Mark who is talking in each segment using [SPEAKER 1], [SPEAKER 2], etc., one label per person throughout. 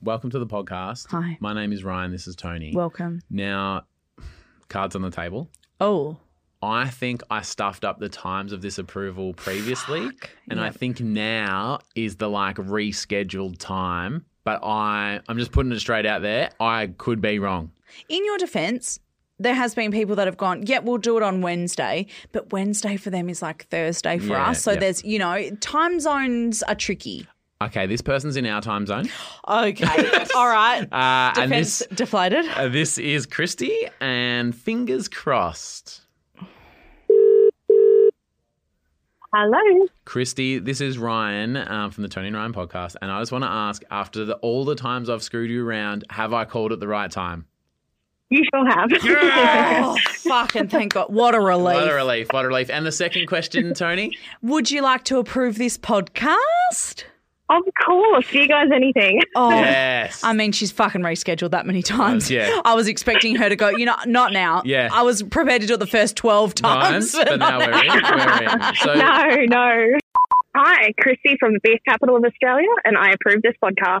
[SPEAKER 1] Welcome to the podcast.
[SPEAKER 2] Hi.
[SPEAKER 1] My name is Ryan. This is Tony.
[SPEAKER 2] Welcome.
[SPEAKER 1] now, cards on the table.
[SPEAKER 2] Oh,
[SPEAKER 1] I think I stuffed up the times of this approval previously.
[SPEAKER 2] Fuck.
[SPEAKER 1] And I
[SPEAKER 2] Yep.
[SPEAKER 1] think now is the like rescheduled time. But I, I'm just putting it straight out there. I could be wrong.
[SPEAKER 2] in your defense, there has been people that have gone, yeah, we'll do it on Wednesday, but Wednesday for them is like Thursday for
[SPEAKER 1] Yeah,
[SPEAKER 2] us. So
[SPEAKER 1] yeah.
[SPEAKER 2] there's, you know, time zones are tricky.
[SPEAKER 1] Okay, this person's in our time zone.
[SPEAKER 2] Okay. All right.
[SPEAKER 1] Uh, and
[SPEAKER 2] Defense
[SPEAKER 1] this,
[SPEAKER 2] deflated.
[SPEAKER 1] uh, this is Christy, and fingers crossed.
[SPEAKER 3] Hello.
[SPEAKER 1] Christy, this is Ryan um, from the Tony and Ryan podcast, and I just want to ask: after the, all the times I've screwed you around, have I called at the right time?
[SPEAKER 3] You sure have.
[SPEAKER 2] Oh, fucking thank God. What a relief.
[SPEAKER 1] What a relief! What a relief! And the second question, Tony.
[SPEAKER 2] Would you like to approve this podcast?
[SPEAKER 3] of course. Do you guys anything?
[SPEAKER 2] Oh,
[SPEAKER 1] yes.
[SPEAKER 2] I mean, she's fucking rescheduled that many times.
[SPEAKER 1] yeah.
[SPEAKER 2] I was expecting her to go, you know, not now.
[SPEAKER 1] Yeah.
[SPEAKER 2] I was prepared to do it the first 12 times.
[SPEAKER 1] Times, but now we're in. We're in. So,
[SPEAKER 3] No, no. Hi, Christy from the Beef Capital of Australia, and I approve this podcast.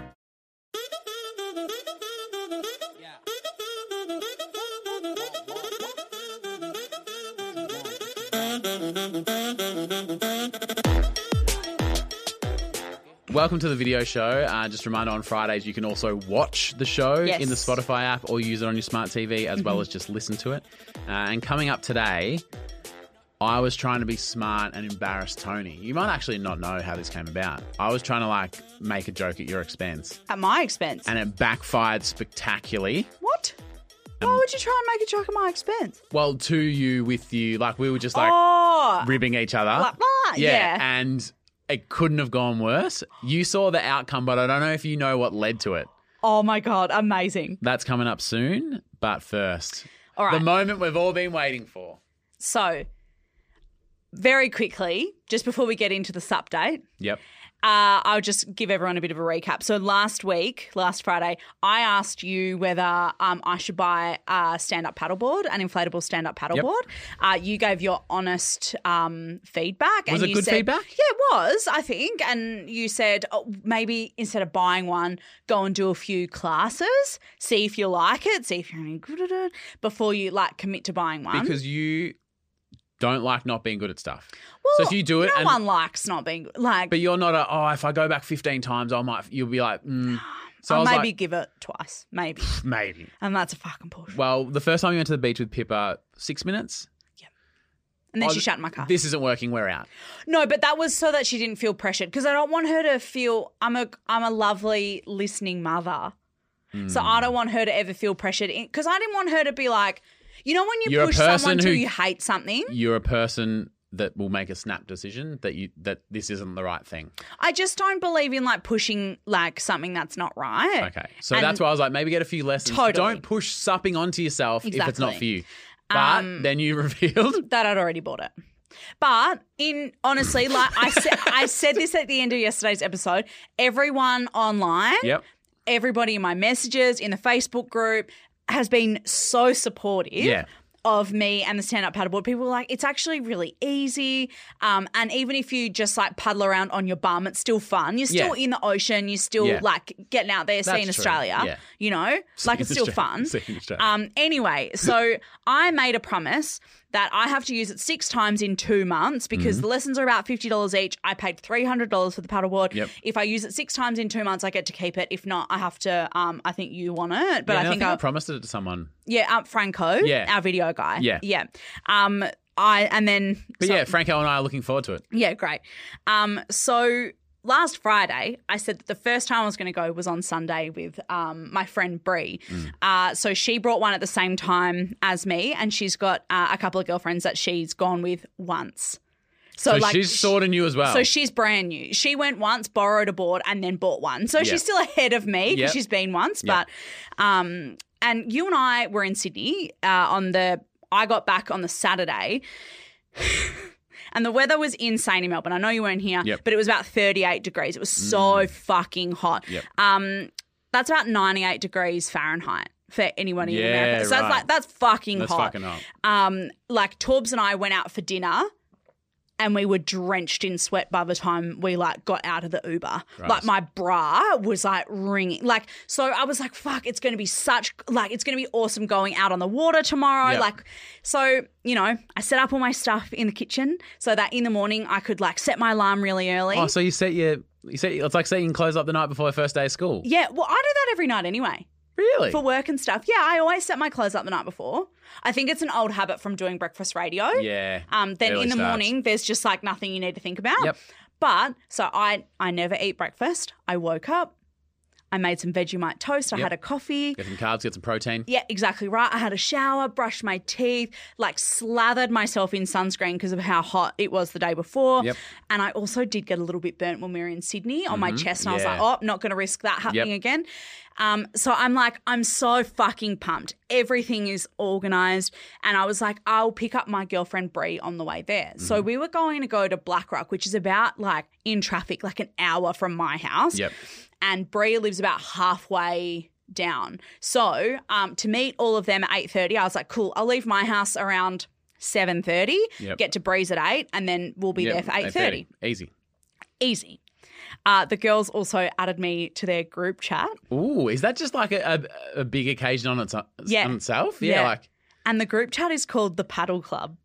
[SPEAKER 1] welcome to the video show. Uh, just a reminder: on Fridays, you can also watch the show
[SPEAKER 2] Yes.
[SPEAKER 1] in the Spotify app or use it on your smart TV, as well as just listen to it. Uh, and coming up today. I was trying to be smart and embarrass Tony. You might actually not know how this came about. I was trying to like make a joke at your expense.
[SPEAKER 2] At my expense.
[SPEAKER 1] and it backfired spectacularly.
[SPEAKER 2] what? Why would you try and make a joke at my expense?
[SPEAKER 1] Well, to you, with you, like we were just like
[SPEAKER 2] oh,
[SPEAKER 1] ribbing each other.
[SPEAKER 2] blah, blah, yeah.
[SPEAKER 1] and it couldn't have gone worse. You saw the outcome, but I don't know if you know what led to it.
[SPEAKER 2] oh my God, amazing.
[SPEAKER 1] That's coming up soon, but first,
[SPEAKER 2] All right.
[SPEAKER 1] the moment we've all been waiting for.
[SPEAKER 2] so, very quickly, just before we get into this update,
[SPEAKER 1] Yep.
[SPEAKER 2] Uh, I'll just give everyone a bit of a recap. So last week, last Friday, I asked you whether um, I should buy a stand-up paddleboard, an inflatable stand-up paddleboard. Uh, you gave your honest um, feedback.
[SPEAKER 1] Was it
[SPEAKER 2] you
[SPEAKER 1] good feedback?
[SPEAKER 2] Yeah, it was, I think. And you said oh, maybe instead of buying one, go and do a few classes, see if you like it, see if you're any good at it, before you like commit to buying one.
[SPEAKER 1] Because you don't like not being good at stuff.
[SPEAKER 2] well,
[SPEAKER 1] so if you do it,
[SPEAKER 2] no
[SPEAKER 1] and,
[SPEAKER 2] one likes not being like.
[SPEAKER 1] but you're not a, oh, if I go back 15 times, I might, you'll be like, mm. So I
[SPEAKER 2] I'll
[SPEAKER 1] was
[SPEAKER 2] maybe
[SPEAKER 1] like,
[SPEAKER 2] give it twice, maybe,
[SPEAKER 1] maybe.
[SPEAKER 2] and that's a fucking push.
[SPEAKER 1] Well, the first time we went to the beach with Pippa, six minutes.
[SPEAKER 2] And then
[SPEAKER 1] Oh,
[SPEAKER 2] she shut in my car.
[SPEAKER 1] This isn't working. We're out.
[SPEAKER 2] no, but that was so that she didn't feel pressured because I don't want her to feel I'm a I'm a lovely listening mother. So I don't want her to ever feel pressured because I didn't want her to be like, you know, when you
[SPEAKER 1] You're a
[SPEAKER 2] push someone
[SPEAKER 1] person
[SPEAKER 2] to
[SPEAKER 1] who-
[SPEAKER 2] you hate something.
[SPEAKER 1] You're a person that will make a snap decision that you that this isn't the right thing.
[SPEAKER 2] I just don't believe in like pushing like something that's not right.
[SPEAKER 1] Okay, so
[SPEAKER 2] And-
[SPEAKER 1] that's why I was like, maybe get a few lessons.
[SPEAKER 2] Totally.
[SPEAKER 1] Don't push supping onto yourself if it's not
[SPEAKER 2] Exactly. Um,
[SPEAKER 1] for you. But then you revealed.
[SPEAKER 2] that I'd already bought it. But in honestly, like I said, I said this at the end of yesterday's episode. Everyone online
[SPEAKER 1] Yep.
[SPEAKER 2] everybody in my messages, in the Facebook group, has been so supportive.
[SPEAKER 1] Yeah.
[SPEAKER 2] Of me and the stand up paddleboard, people were like, it's actually really easy. Um, and even if you just like puddle around on your bum, it's still fun. You're still
[SPEAKER 1] Yeah.
[SPEAKER 2] in the ocean, you're still
[SPEAKER 1] Yeah.
[SPEAKER 2] like getting out there, seeing
[SPEAKER 1] true.
[SPEAKER 2] Australia,
[SPEAKER 1] Yeah.
[SPEAKER 2] you know, like it's still fun. Um, anyway, so I made a promise that I have to use it six times in two months because
[SPEAKER 1] Mm-hmm.
[SPEAKER 2] the lessons are about fifty dollars each. I paid three hundred dollars for the paddleboard.
[SPEAKER 1] Yep.
[SPEAKER 2] If I use it six times in two months, I get to keep it. If not, I have to. Um, I think you want it, but I think
[SPEAKER 1] I
[SPEAKER 2] I'll,
[SPEAKER 1] promised it to someone.
[SPEAKER 2] yeah, um, Franco,
[SPEAKER 1] Yeah.
[SPEAKER 2] our video guy,
[SPEAKER 1] Yeah.
[SPEAKER 2] yeah. Um, I and then
[SPEAKER 1] But
[SPEAKER 2] so-
[SPEAKER 1] yeah, Franco and I are looking forward to it.
[SPEAKER 2] yeah, great. Um, so last Friday, I said that the first time I was going to go was on Sunday with um, my friend Bree.
[SPEAKER 1] Mm.
[SPEAKER 2] Uh, so she brought one at the same time as me, and she's got uh, a couple of girlfriends that she's gone with once. So,
[SPEAKER 1] So
[SPEAKER 2] like
[SPEAKER 1] she's sort of new as well.
[SPEAKER 2] So she's brand new. She went once, borrowed a board, and then bought one. So
[SPEAKER 1] Yeah.
[SPEAKER 2] she's still ahead of me because
[SPEAKER 1] Yeah.
[SPEAKER 2] she's been once.
[SPEAKER 1] Yeah.
[SPEAKER 2] But, um, and you and I were in Sydney uh, on the. I got back on the Saturday. And the weather was insane in Melbourne. I know you weren't here,
[SPEAKER 1] Yep. Mm.
[SPEAKER 2] but it was about 38 degrees. It was so fucking hot.
[SPEAKER 1] Yep.
[SPEAKER 2] Um, that's about 98 degrees Fahrenheit for anyone in
[SPEAKER 1] Yeah,
[SPEAKER 2] America. So
[SPEAKER 1] right.
[SPEAKER 2] that's like that's fucking
[SPEAKER 1] That's
[SPEAKER 2] hot
[SPEAKER 1] fucking up.
[SPEAKER 2] um, like Torbs and I went out for dinner and we were drenched in sweat by the time we like got out of the Uber. Like my bra was like ringing. Like so I was like fuck it's going to be such like it's going to be awesome going out on the water tomorrow
[SPEAKER 1] Yeah.
[SPEAKER 2] like so you know I set up all my stuff in the kitchen so that in the morning I could like set my alarm really early.
[SPEAKER 1] Oh, so you set your you set it's like setting clothes up the night before the first day of school.
[SPEAKER 2] yeah, well I do that every night anyway.
[SPEAKER 1] Really?
[SPEAKER 2] For work and stuff. Yeah, I always set my clothes up the night before. I think it's an old habit from doing breakfast radio.
[SPEAKER 1] yeah.
[SPEAKER 2] Um, then
[SPEAKER 1] Early
[SPEAKER 2] in the
[SPEAKER 1] starts.
[SPEAKER 2] morning, there's just like nothing you need to think about.
[SPEAKER 1] Yep.
[SPEAKER 2] But so I, I never eat breakfast. I woke up, I made some Vegemite toast. I
[SPEAKER 1] Yep.
[SPEAKER 2] had a coffee.
[SPEAKER 1] Get some carbs, get some protein.
[SPEAKER 2] Yeah, exactly right. I had a shower, brushed my teeth, like slathered myself in sunscreen because of how hot it was the day before.
[SPEAKER 1] Yep. Mm-hmm.
[SPEAKER 2] And I also did get a little bit burnt when we were in Sydney on my chest. And I was
[SPEAKER 1] Yeah.
[SPEAKER 2] like, oh, not going to risk that happening
[SPEAKER 1] Yep.
[SPEAKER 2] again. Um, so I'm like, I'm so fucking pumped. Everything is organized. And I was like, I'll pick up my girlfriend Brie on the way there.
[SPEAKER 1] Mm-hmm.
[SPEAKER 2] So we were going to go to Blackrock, which is about like in traffic, like an hour from my house
[SPEAKER 1] Yep.
[SPEAKER 2] and Bria lives about halfway down. So um, to meet all of them at eight thirty, I was like, cool. I'll leave my house around seven thirty.
[SPEAKER 1] Yep.
[SPEAKER 2] Get to Bree's at eight, and then we'll be
[SPEAKER 1] Yep,
[SPEAKER 2] there for eight thirty.
[SPEAKER 1] 8:30. Easy.
[SPEAKER 2] Easy. Uh, the girls also added me to their group chat,
[SPEAKER 1] Ooh, is that just like a, a, a big occasion on, its,
[SPEAKER 2] Yeah.
[SPEAKER 1] on itself? Yeah,
[SPEAKER 2] Yeah.
[SPEAKER 1] Like
[SPEAKER 2] and the group chat is called the Paddle Club,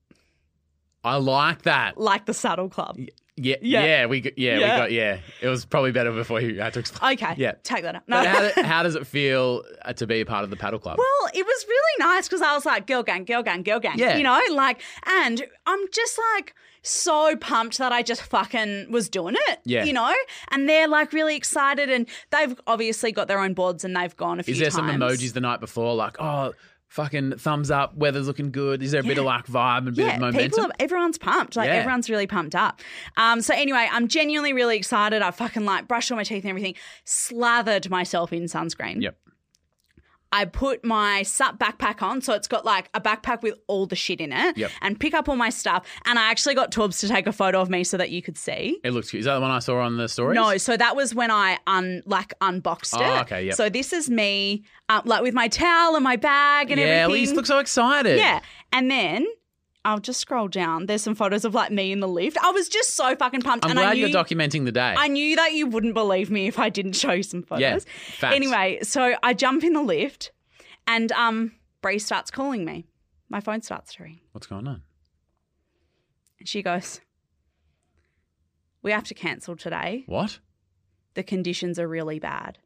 [SPEAKER 1] I like that.
[SPEAKER 2] like the Saddle Club.
[SPEAKER 1] Yeah, yeah,
[SPEAKER 2] Yeah.
[SPEAKER 1] we g- yeah, we
[SPEAKER 2] Yeah.
[SPEAKER 1] got yeah. It was probably better before you had to explain.
[SPEAKER 2] Okay,
[SPEAKER 1] Yeah.
[SPEAKER 2] take that out. No.
[SPEAKER 1] But how, do- how does it feel uh, to be a part of the paddle club?
[SPEAKER 2] Well, it was really nice because I was like, girl gang, girl gang, girl gang.
[SPEAKER 1] Yeah.
[SPEAKER 2] You know, like, and I'm just like so pumped that I just fucking was doing it.
[SPEAKER 1] Yeah.
[SPEAKER 2] You know? And they're like really excited and they've obviously got their own boards and they've gone a few
[SPEAKER 1] is there some
[SPEAKER 2] times.
[SPEAKER 1] emojis the night before like oh fucking thumbs up, weather's looking good? Is there a bit of like vibe and a bit
[SPEAKER 2] Yeah,
[SPEAKER 1] of momentum?
[SPEAKER 2] people, are, everyone's pumped. Like
[SPEAKER 1] Yeah.
[SPEAKER 2] everyone's really pumped up. Um, so anyway, I'm genuinely really excited. I fucking like brushed all my teeth and everything, slathered myself in sunscreen.
[SPEAKER 1] Yep.
[SPEAKER 2] I put my sup backpack on, so it's got like a backpack with all the shit in it,
[SPEAKER 1] Yep.
[SPEAKER 2] and pick up all my stuff. And I actually got Torbs to take a photo of me so that you could see.
[SPEAKER 1] It looks cute. Is that the one I saw on the stories?
[SPEAKER 2] No, so that was when I un like unboxed
[SPEAKER 1] Oh,
[SPEAKER 2] it.
[SPEAKER 1] okay, yep.
[SPEAKER 2] So this is me, uh, like with my towel and my bag and
[SPEAKER 1] yeah,
[SPEAKER 2] everything.
[SPEAKER 1] Elise looks so excited.
[SPEAKER 2] yeah, and then. I'll just scroll down. There's some photos of like me in the lift. I was just so fucking pumped.
[SPEAKER 1] I'm
[SPEAKER 2] and I
[SPEAKER 1] glad
[SPEAKER 2] knew,
[SPEAKER 1] you're documenting the day.
[SPEAKER 2] I knew that you wouldn't believe me if I didn't show you some photos.
[SPEAKER 1] Yeah, facts.
[SPEAKER 2] Anyway, so I jump in the lift and um Bree starts calling me. My phone starts to ring.
[SPEAKER 1] What's going on?
[SPEAKER 2] And she goes, We have to cancel today.
[SPEAKER 1] What?
[SPEAKER 2] The conditions are really bad.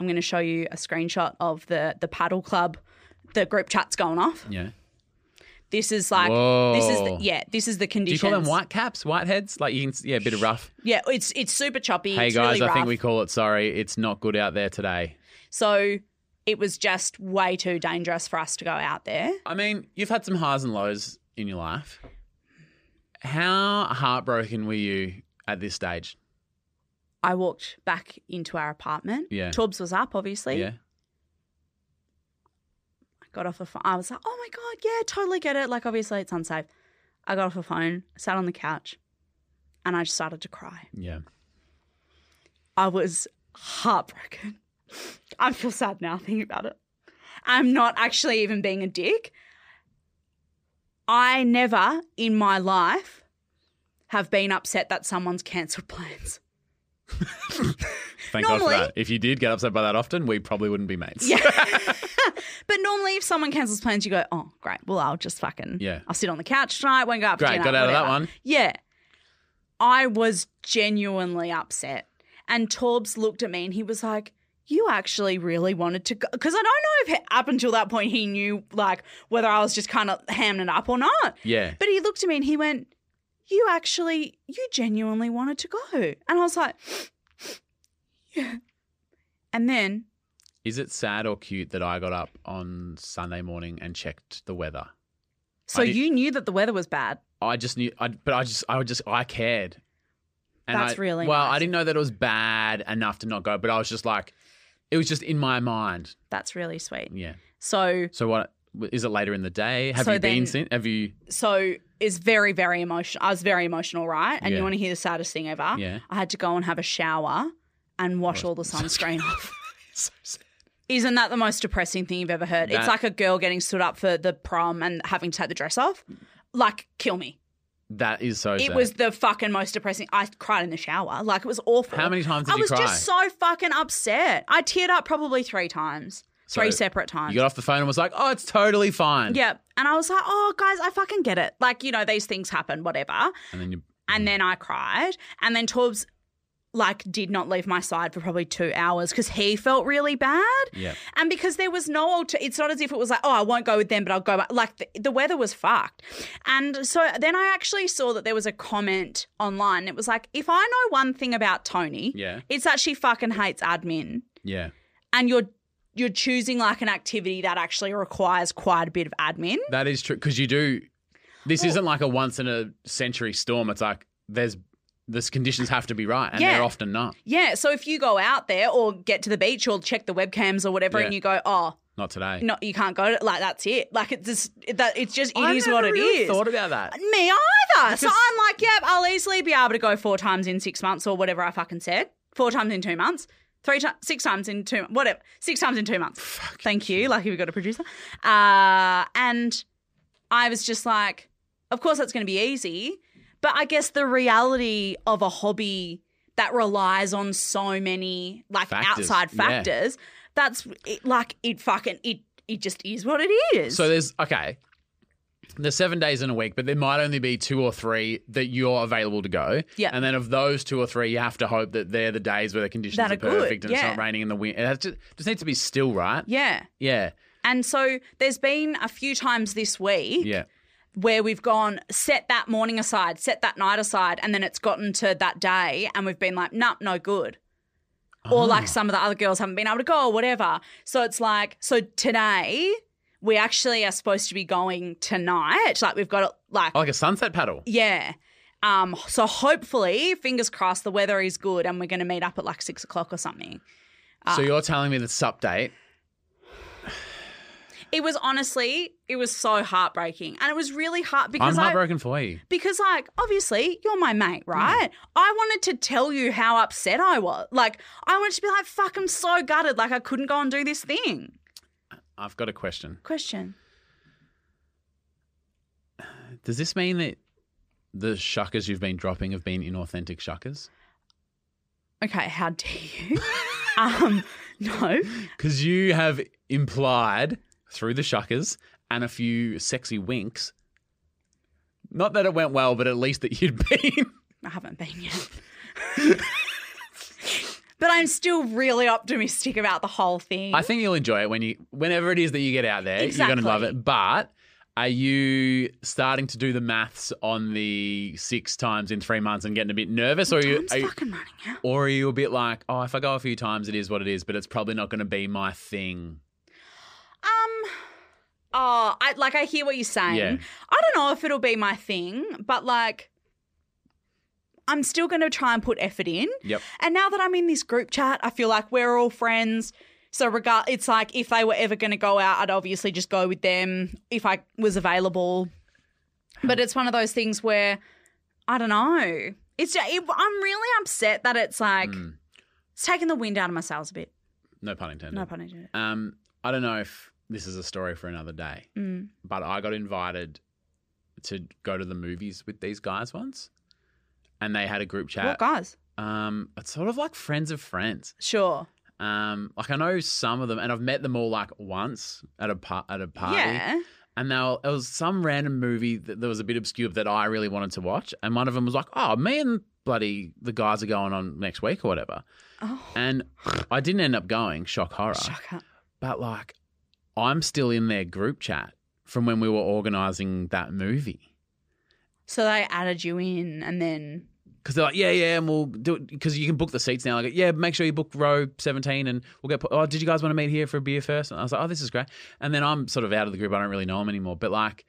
[SPEAKER 2] I'm gonna show you a screenshot of the the paddle club. The group chat's going off.
[SPEAKER 1] Yeah.
[SPEAKER 2] This is like this is the,
[SPEAKER 1] Whoa.
[SPEAKER 2] yeah, this is the
[SPEAKER 1] Do you
[SPEAKER 2] conditions.
[SPEAKER 1] call them white caps, white heads? Like you can, yeah, a bit of rough.
[SPEAKER 2] Yeah, it's it's super choppy.
[SPEAKER 1] hey
[SPEAKER 2] it's
[SPEAKER 1] guys,
[SPEAKER 2] really
[SPEAKER 1] I think
[SPEAKER 2] rough.
[SPEAKER 1] we call it. Sorry, it's not good out there today.
[SPEAKER 2] So it was just way too dangerous for us to go out there.
[SPEAKER 1] I mean, you've had some highs and lows in your life. How heartbroken were you at this stage?
[SPEAKER 2] I walked back into our apartment.
[SPEAKER 1] Yeah.
[SPEAKER 2] Torbs was up, obviously.
[SPEAKER 1] Yeah.
[SPEAKER 2] I got off the phone. I was like, oh my God, yeah, totally get it. Like, obviously, it's unsafe. I got off the phone, sat on the couch, and I just started to cry.
[SPEAKER 1] Yeah.
[SPEAKER 2] I was heartbroken. I feel sad now thinking about it. I'm not actually even being a dick. I never in my life have been upset that someone's cancelled plans.
[SPEAKER 1] Thank God for
[SPEAKER 2] Normally-
[SPEAKER 1] that. If you did get upset by that often, we probably wouldn't be mates.
[SPEAKER 2] Yeah. but normally, if someone cancels plans, you go, oh, great. Well, I'll just fucking,
[SPEAKER 1] Yeah.
[SPEAKER 2] I'll sit on the couch tonight, won't go out for
[SPEAKER 1] Great,
[SPEAKER 2] dinner,
[SPEAKER 1] got out of that
[SPEAKER 2] whatever."
[SPEAKER 1] one.
[SPEAKER 2] Yeah. I was genuinely upset. And Torbs looked at me and he was like, you actually really wanted to go. Because I don't know if up until that point he knew, like, whether I was just kind of hamming it up or not.
[SPEAKER 1] Yeah.
[SPEAKER 2] But he looked at me and he went, You actually, you genuinely wanted to go. And I was like, Yeah. And then
[SPEAKER 1] Is it sad or cute that I got up on Sunday morning and checked the weather?
[SPEAKER 2] So
[SPEAKER 1] I did-
[SPEAKER 2] you knew that the weather was bad.
[SPEAKER 1] I just knew, I, but I just, I would just, I cared.
[SPEAKER 2] That's
[SPEAKER 1] I-
[SPEAKER 2] really
[SPEAKER 1] well. I
[SPEAKER 2] nice.
[SPEAKER 1] didn't know that it was bad enough to not go, but I was just like, it was just in my mind.
[SPEAKER 2] That's really sweet.
[SPEAKER 1] Yeah.
[SPEAKER 2] So
[SPEAKER 1] So what is it later in the day? Have
[SPEAKER 2] So
[SPEAKER 1] you been
[SPEAKER 2] then-
[SPEAKER 1] since? Have you?
[SPEAKER 2] so it's very very emotional. I was very emotional, right? And
[SPEAKER 1] Yeah.
[SPEAKER 2] you want to hear the saddest thing ever?
[SPEAKER 1] Yeah.
[SPEAKER 2] I had to go and have a shower and wash all the sunscreen off. Isn't that the most depressing thing you've ever heard?
[SPEAKER 1] That-
[SPEAKER 2] it's like a girl getting stood up for the prom and having to take the dress off. Like, kill me.
[SPEAKER 1] That is so.
[SPEAKER 2] It
[SPEAKER 1] sad.
[SPEAKER 2] was the fucking most depressing. I cried in the shower. Like, it was awful.
[SPEAKER 1] How many times did
[SPEAKER 2] I
[SPEAKER 1] you
[SPEAKER 2] was
[SPEAKER 1] cry?
[SPEAKER 2] just so fucking upset. I teared up probably three times,
[SPEAKER 1] So
[SPEAKER 2] three separate times.
[SPEAKER 1] You got off the phone and was like, "Oh, it's totally fine."
[SPEAKER 2] yeah. And I was like, oh, guys, I fucking get it. Like, you know, these things happen, whatever.
[SPEAKER 1] And then you.
[SPEAKER 2] And then I cried. And then Torbs, like, did not leave my side for probably two hours because he felt really bad.
[SPEAKER 1] Yeah.
[SPEAKER 2] And because there was no alter, it's not as if it was like, oh, I won't go with them, but I'll go back. Like the, the weather was fucked. And so then I actually saw that there was a comment online. It was like, if I know one thing about Tony,
[SPEAKER 1] Yeah.
[SPEAKER 2] it's that she fucking hates admin,
[SPEAKER 1] Yeah.
[SPEAKER 2] and you're you're choosing like an activity that actually requires quite a bit of admin.
[SPEAKER 1] That is true because you do. This isn't like a once in a century storm. It's like there's this conditions have to be right, and
[SPEAKER 2] Yeah.
[SPEAKER 1] they're often not.
[SPEAKER 2] Yeah. So if you go out there or get to the beach or check the webcams or whatever,
[SPEAKER 1] Yeah.
[SPEAKER 2] and you go, oh.
[SPEAKER 1] Not today.
[SPEAKER 2] No, you can't go. To, like that's it. Like it's just that. It's just it is
[SPEAKER 1] I
[SPEAKER 2] what
[SPEAKER 1] never
[SPEAKER 2] it is.
[SPEAKER 1] really Thought about that.
[SPEAKER 2] Me either. So
[SPEAKER 1] Because-
[SPEAKER 2] I'm like, yep, I'll easily be able to go four times in six months or whatever I fucking said. Four times in two months. Three times, six times in two, whatever, six times in two months. Thank you. Lucky we got a producer. Uh, and I was just like, of course that's going to be easy. But I guess the reality of a hobby that relies on so many like
[SPEAKER 1] Factors.
[SPEAKER 2] outside
[SPEAKER 1] Yeah.
[SPEAKER 2] factors, that's it, like it fucking, it, it just is what it is.
[SPEAKER 1] So there's okay. There's seven days in a week, but there might only be two or three that you're available to go.
[SPEAKER 2] Yeah.
[SPEAKER 1] And then of those two or three, you have to hope that they're the days where the conditions
[SPEAKER 2] That
[SPEAKER 1] are,
[SPEAKER 2] are good,
[SPEAKER 1] perfect and
[SPEAKER 2] yeah.
[SPEAKER 1] it's not raining in the wind. It has to, just needs to be still, right?
[SPEAKER 2] yeah.
[SPEAKER 1] Yeah.
[SPEAKER 2] And so there's been a few times this week
[SPEAKER 1] Yeah.
[SPEAKER 2] where we've gone set that morning aside, set that night aside, and then it's gotten to that day and we've been like, nah, no good. Or
[SPEAKER 1] Ah.
[SPEAKER 2] like some of the other girls haven't been able to go or whatever. So it's like, so today we actually are supposed to be going tonight. Like we've got it like
[SPEAKER 1] Oh, like a sunset paddle.
[SPEAKER 2] yeah. Um, so hopefully, fingers crossed, the weather is good and we're gonna meet up at like six o'clock or something. Ah.
[SPEAKER 1] so you're telling me the sup date.
[SPEAKER 2] It was honestly, it was so heartbreaking. And it was really hard
[SPEAKER 1] I'm
[SPEAKER 2] because I
[SPEAKER 1] heartbroken for you.
[SPEAKER 2] because like obviously you're my mate
[SPEAKER 1] Mm.
[SPEAKER 2] right i wanted to tell you how upset i was like i wanted to be like fuck i'm so gutted like i couldn't go and do this thing
[SPEAKER 1] I've got a question.
[SPEAKER 2] question
[SPEAKER 1] Does this mean that the shuckers you've been dropping have been inauthentic shuckers?
[SPEAKER 2] okay how dare you um no
[SPEAKER 1] Because you have implied through the shuckers and a few sexy winks. Not that it went well, but at least that you'd been.
[SPEAKER 2] i haven't been yet but i'm still really optimistic about the whole thing
[SPEAKER 1] I think you'll enjoy it when you, whenever it is that you get out there, you're going to love
[SPEAKER 2] Exactly.
[SPEAKER 1] it. But are you starting to do the maths on the six times in three months and getting a bit nervous, or are you,
[SPEAKER 2] Time's
[SPEAKER 1] are you,
[SPEAKER 2] fucking running out
[SPEAKER 1] or are you a bit like, oh, if I go a few times, it is what it is, but it's probably not going to be my thing.
[SPEAKER 2] Um. Oh, I like I hear what you're saying.
[SPEAKER 1] Yeah.
[SPEAKER 2] I don't know if it'll be my thing, but like I'm still going to try and put effort in.
[SPEAKER 1] Yep.
[SPEAKER 2] And now that I'm in this group chat, I feel like we're all friends. So regard it's like if they were ever going to go out, I'd obviously just go with them if I was available. But it's one of those things where I don't know. It's it, I'm really upset that it's like it's taking the wind out of my sails a bit.
[SPEAKER 1] No pun intended.
[SPEAKER 2] No pun intended.
[SPEAKER 1] Um, I don't know if this is a story for another day,
[SPEAKER 2] Mm.
[SPEAKER 1] but I got invited to go to the movies with these guys once, and they had a group
[SPEAKER 2] What
[SPEAKER 1] chat.
[SPEAKER 2] guys?
[SPEAKER 1] Um, it's sort of like friends of friends.
[SPEAKER 2] Sure.
[SPEAKER 1] Um, like I know some of them, and I've met them all like once at a par- at a party.
[SPEAKER 2] Yeah.
[SPEAKER 1] And they were, it was some random movie that, that was a bit obscure that I really wanted to watch, and one of them was like, "Oh, me and bloody the guys are going on next week or whatever,"
[SPEAKER 2] Oh.
[SPEAKER 1] and I didn't end up going. Shock horror.
[SPEAKER 2] Shocker.
[SPEAKER 1] but like I'm still in their group chat from when we were organizing that movie.
[SPEAKER 2] So they added you in, and then
[SPEAKER 1] Because they're like, yeah, yeah, and we'll do it. Because you can book the seats now. Like, yeah, make sure you book row 17 and we'll get. Oh, did you guys want to meet here for a beer first? And I was like, oh, this is great. And then I'm sort of out of the group. I don't really know them anymore. But like,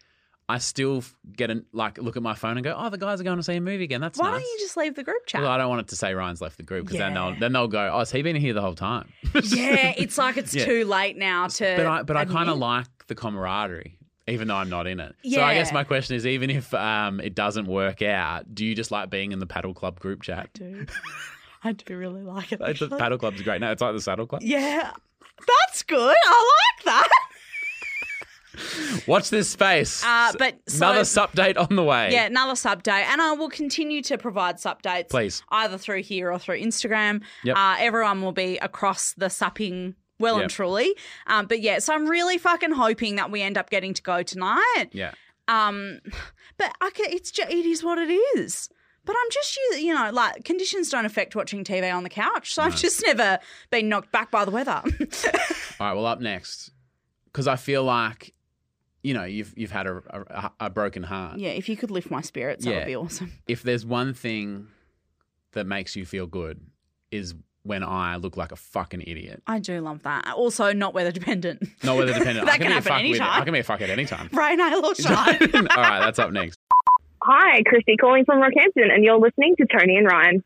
[SPEAKER 1] I still f- get an like look at my phone and go, oh, the guys are going to see a movie again. That's
[SPEAKER 2] Why
[SPEAKER 1] nice.
[SPEAKER 2] don't you just leave the group chat?
[SPEAKER 1] Well, I don't want it to say Ryan's left the group because then
[SPEAKER 2] Yeah.
[SPEAKER 1] they'll then they'll go, oh, has he been here the whole time?
[SPEAKER 2] yeah, it's like it's
[SPEAKER 1] Yeah.
[SPEAKER 2] too late now to.
[SPEAKER 1] But I but I kind
[SPEAKER 2] admit.
[SPEAKER 1] of like the camaraderie, even though I'm not in it. So I guess
[SPEAKER 2] Yeah.
[SPEAKER 1] my question is, even if um, it doesn't work out, do you just like being in the paddle club group chat?
[SPEAKER 2] do. I do really like it.
[SPEAKER 1] The
[SPEAKER 2] actually.
[SPEAKER 1] paddle club's great. No, it's like the saddle club.
[SPEAKER 2] Yeah, that's good. I like that.
[SPEAKER 1] Watch this space.
[SPEAKER 2] Uh, but so,
[SPEAKER 1] Another sup date on the way.
[SPEAKER 2] yeah, another sub day, and I will continue to provide sub dates,
[SPEAKER 1] Please.
[SPEAKER 2] either through here or through Instagram.
[SPEAKER 1] Yep.
[SPEAKER 2] Uh, everyone will be across the supping. Well
[SPEAKER 1] Yep.
[SPEAKER 2] and truly, um, but yeah. So I'm really fucking hoping that we end up getting to go tonight.
[SPEAKER 1] Yeah.
[SPEAKER 2] Um, but I ca it's just, it is what it is. But I'm just, you- you know, like conditions don't affect watching TV on the couch. So I've just never been knocked back by the weather.
[SPEAKER 1] All right. Well, up next, because I feel like, you know, you've you've had a a, a broken heart.
[SPEAKER 2] yeah, if you could lift my spirits, that
[SPEAKER 1] Yeah.
[SPEAKER 2] would be awesome.
[SPEAKER 1] If there's one thing that makes you feel good, is when I look like a fucking idiot.
[SPEAKER 2] I do love that. Also, not weather dependent.
[SPEAKER 1] Not weather dependent.
[SPEAKER 2] That
[SPEAKER 1] I can, be
[SPEAKER 2] can
[SPEAKER 1] a
[SPEAKER 2] happen
[SPEAKER 1] fuck with it.
[SPEAKER 2] anytime.
[SPEAKER 1] I can be a fuck at any time.
[SPEAKER 2] Rain, hail, or
[SPEAKER 1] All
[SPEAKER 2] shine.
[SPEAKER 1] right, that's up next.
[SPEAKER 3] Hi, Christy calling from Rockhampton, and you're listening to Tony and Ryan.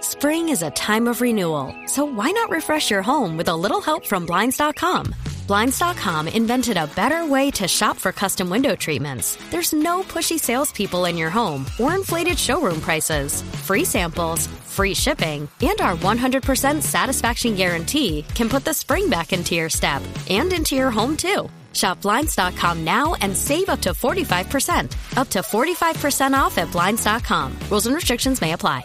[SPEAKER 4] Spring is a time of renewal, so why not refresh your home with a little help from Blinds.com? Blinds.com invented a better way to shop for custom window treatments. There's no pushy salespeople in your home or inflated showroom prices. Free samples, free shipping, and our 100% satisfaction guarantee can put the spring back into your step and into your home too. Shop Blinds.com now and save up to 45%. Up to 45% off at Blinds.com. Rules and restrictions may apply.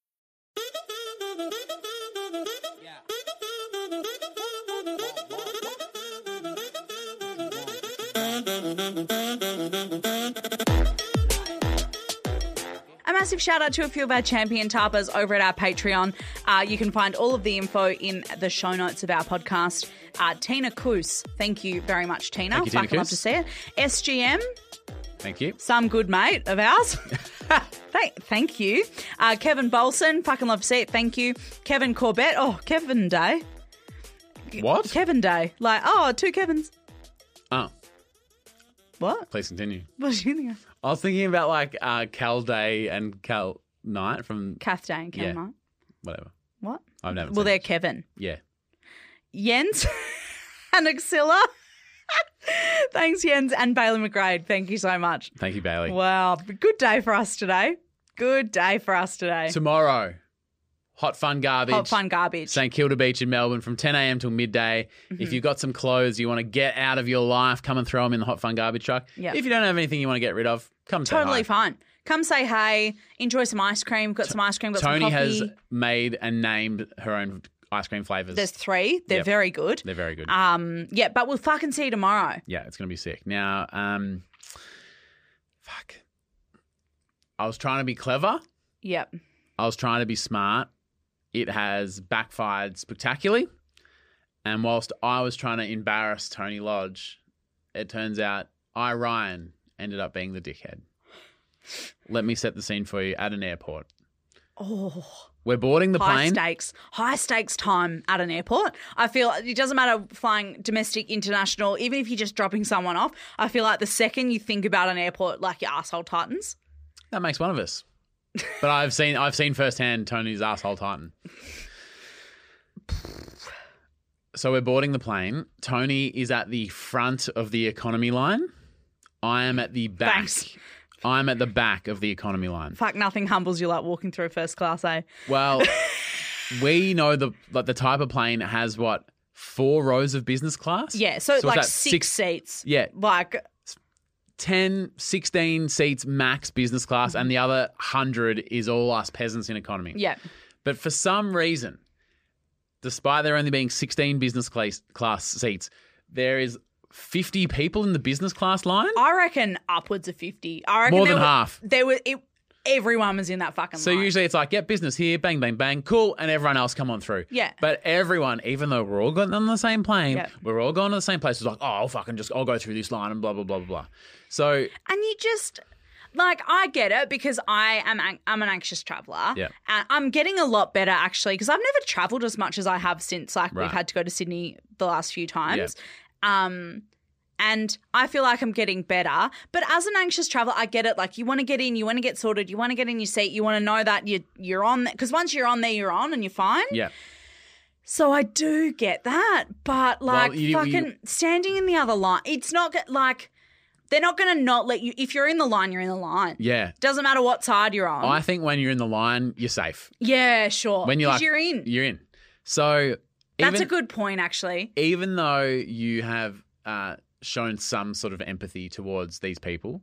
[SPEAKER 2] A massive shout out to a few of our champion tarpers over at our Patreon. Uh, you can find all of the info in the show notes of our podcast. Uh, Tina Coos, thank you very much, Tina.
[SPEAKER 1] Thank you, Tina
[SPEAKER 2] Fucking love
[SPEAKER 1] Koos.
[SPEAKER 2] to see it. SGM,
[SPEAKER 1] Thank you.
[SPEAKER 2] some good mate of ours. thank, thank you. Uh, Kevin Bolson, fucking love to see it. Thank you. Kevin Corbett. Oh, Kevin Day.
[SPEAKER 1] What?
[SPEAKER 2] Kevin Day. Like, oh, two Kevins.
[SPEAKER 1] oh,
[SPEAKER 2] What?
[SPEAKER 1] please continue.
[SPEAKER 2] What do you think of?
[SPEAKER 1] I was thinking about like uh, Cal Day and Cal Night from
[SPEAKER 2] Kath Day and Kevin
[SPEAKER 1] Yeah.
[SPEAKER 2] Knight.
[SPEAKER 1] whatever.
[SPEAKER 2] What?
[SPEAKER 1] I've never.
[SPEAKER 2] Well,
[SPEAKER 1] seen
[SPEAKER 2] they're
[SPEAKER 1] it.
[SPEAKER 2] Kevin.
[SPEAKER 1] yeah.
[SPEAKER 2] Jens and Axilla. Thanks, Jens and Bailey McGrade. Thank you so much.
[SPEAKER 1] Thank you, Bailey.
[SPEAKER 2] Wow. Good day for us today. Good day for us today.
[SPEAKER 1] Tomorrow, hot fun garbage.
[SPEAKER 2] Hot fun garbage.
[SPEAKER 1] St Kilda Beach in Melbourne from 10 a.m. till midday.
[SPEAKER 2] Mm-hmm.
[SPEAKER 1] If you've got some clothes you want to get out of your life, come and throw them in the hot fun garbage truck.
[SPEAKER 2] Yep.
[SPEAKER 1] If you don't have anything you want to get rid of, come say
[SPEAKER 2] totally
[SPEAKER 1] hi.
[SPEAKER 2] fine. Come say hey. Enjoy some ice cream. Got some ice cream. Got
[SPEAKER 1] Tony
[SPEAKER 2] some coffee.
[SPEAKER 1] has made and named her own ice cream flavors.
[SPEAKER 2] There's three. They're
[SPEAKER 1] Yep.
[SPEAKER 2] very good.
[SPEAKER 1] They're very good.
[SPEAKER 2] Um. Yeah, but we'll fucking see you tomorrow.
[SPEAKER 1] Yeah, it's gonna be sick. Now, um, fuck. I was trying to be clever.
[SPEAKER 2] Yep.
[SPEAKER 1] I was trying to be smart. It has backfired spectacularly. And whilst I was trying to embarrass Tony Lodge, it turns out I, Ryan, ended up being the dickhead. Let me set the scene for you at an airport.
[SPEAKER 2] Oh.
[SPEAKER 1] We're boarding the
[SPEAKER 2] high
[SPEAKER 1] plane.
[SPEAKER 2] stakes, high stakes time at an airport. I feel it doesn't matter flying domestic, international, even if you're just dropping someone off. I feel like the second you think about an airport, like your asshole tightens.
[SPEAKER 1] That makes one of us. But I've seen I've seen firsthand Tony's asshole titan. So we're boarding the plane. Tony is at the front of the economy line. I am at the back.
[SPEAKER 2] Thanks.
[SPEAKER 1] I'm at the back of the economy line.
[SPEAKER 2] Fuck, nothing humbles you like walking through first class, eh?
[SPEAKER 1] Well, we know the like the type of plane has what four rows of business class.
[SPEAKER 2] Yeah, so,
[SPEAKER 1] what's
[SPEAKER 2] like
[SPEAKER 1] that?
[SPEAKER 2] six, seats.
[SPEAKER 1] Yeah,
[SPEAKER 2] Like
[SPEAKER 1] 10, 16 seats max business class, and the other hundred is all us peasants in economy.
[SPEAKER 2] yeah,
[SPEAKER 1] But for some reason, despite there only being 16 business class, class seats, there is 50 people in the business class line?
[SPEAKER 2] I reckon upwards of 50. I reckon
[SPEAKER 1] More
[SPEAKER 2] there
[SPEAKER 1] than
[SPEAKER 2] were,
[SPEAKER 1] half.
[SPEAKER 2] There were, it, everyone was in that fucking
[SPEAKER 1] So
[SPEAKER 2] line.
[SPEAKER 1] usually it's like, yeah, business here, bang, bang, bang, cool, and everyone else come on through.
[SPEAKER 2] Yeah.
[SPEAKER 1] But everyone, even though we're all going on the same plane,
[SPEAKER 2] Yeah.
[SPEAKER 1] we're all going to the same place. It's like, oh, I'll fucking just, I'll go through this line and blah, blah, blah, blah, blah. So
[SPEAKER 2] and you just like I get it because I am an- I'm an anxious traveler.
[SPEAKER 1] Yeah.
[SPEAKER 2] And I'm getting a lot better actually because I've never traveled as much as I have since like
[SPEAKER 1] Right.
[SPEAKER 2] we've had to go to Sydney the last few times. Um and I feel like I'm getting better. But as an anxious traveler, I get it. Like you want to get in, you want to get sorted, you want to get in your seat, you want to know that you you're on because once you're on there, you're on and you're fine.
[SPEAKER 1] yeah,
[SPEAKER 2] So I do get that, but like
[SPEAKER 1] you- you-
[SPEAKER 2] fucking standing in the other line, it's not go- like they're not going to not let you. If you're in the line, you're in the line.
[SPEAKER 1] yeah.
[SPEAKER 2] Doesn't matter what side you're on.
[SPEAKER 1] I think when you're in the line, you're safe.
[SPEAKER 2] yeah, sure.
[SPEAKER 1] When you're
[SPEAKER 2] 'Cause
[SPEAKER 1] like-
[SPEAKER 2] you're in.
[SPEAKER 1] You're in. So
[SPEAKER 2] That's
[SPEAKER 1] even,
[SPEAKER 2] a good point, actually.
[SPEAKER 1] even though you have uh, shown some sort of empathy towards these people,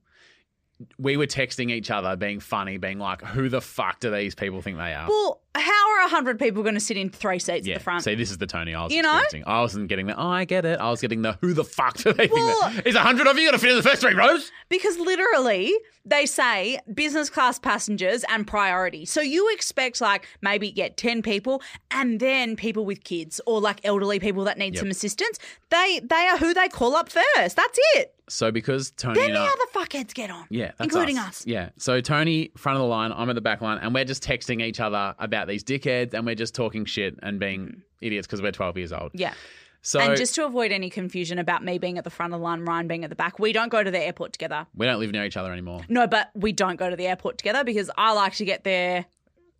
[SPEAKER 1] we were texting each other, being funny, being like, who the fuck do these people think they are?
[SPEAKER 2] Well, how are hundred people going to sit in three seats
[SPEAKER 1] yeah.
[SPEAKER 2] at the front?
[SPEAKER 1] See, this is the Tony I was
[SPEAKER 2] You know?
[SPEAKER 1] experiencing. I wasn't getting the, oh, I get it. I was getting the, who the fuck do they
[SPEAKER 2] Well-
[SPEAKER 1] think that? Is a hundred of you going to fit in the first three rows?
[SPEAKER 2] because literally they say business class passengers and priority. So you expect like maybe get 10 people and then people with kids or like elderly people that need
[SPEAKER 1] Yep.
[SPEAKER 2] some assistance. They they are who they call up first. That's it.
[SPEAKER 1] So because Tony
[SPEAKER 2] Then
[SPEAKER 1] and I-
[SPEAKER 2] the other fuckheads get on.
[SPEAKER 1] Yeah, that's
[SPEAKER 2] including us.
[SPEAKER 1] Yeah. So Tony, front of the line, I'm at the back line, and we're just texting each other about these dickheads, and we're just talking shit and being idiots because we're 12 years old.
[SPEAKER 2] Mm-hmm. Yeah.
[SPEAKER 1] So
[SPEAKER 2] and just to avoid any confusion about me being at the front of the line, Ryan being at the back, we don't go to the airport together.
[SPEAKER 1] we don't live near each other anymore.
[SPEAKER 2] No, but we don't go to the airport together because I like to get there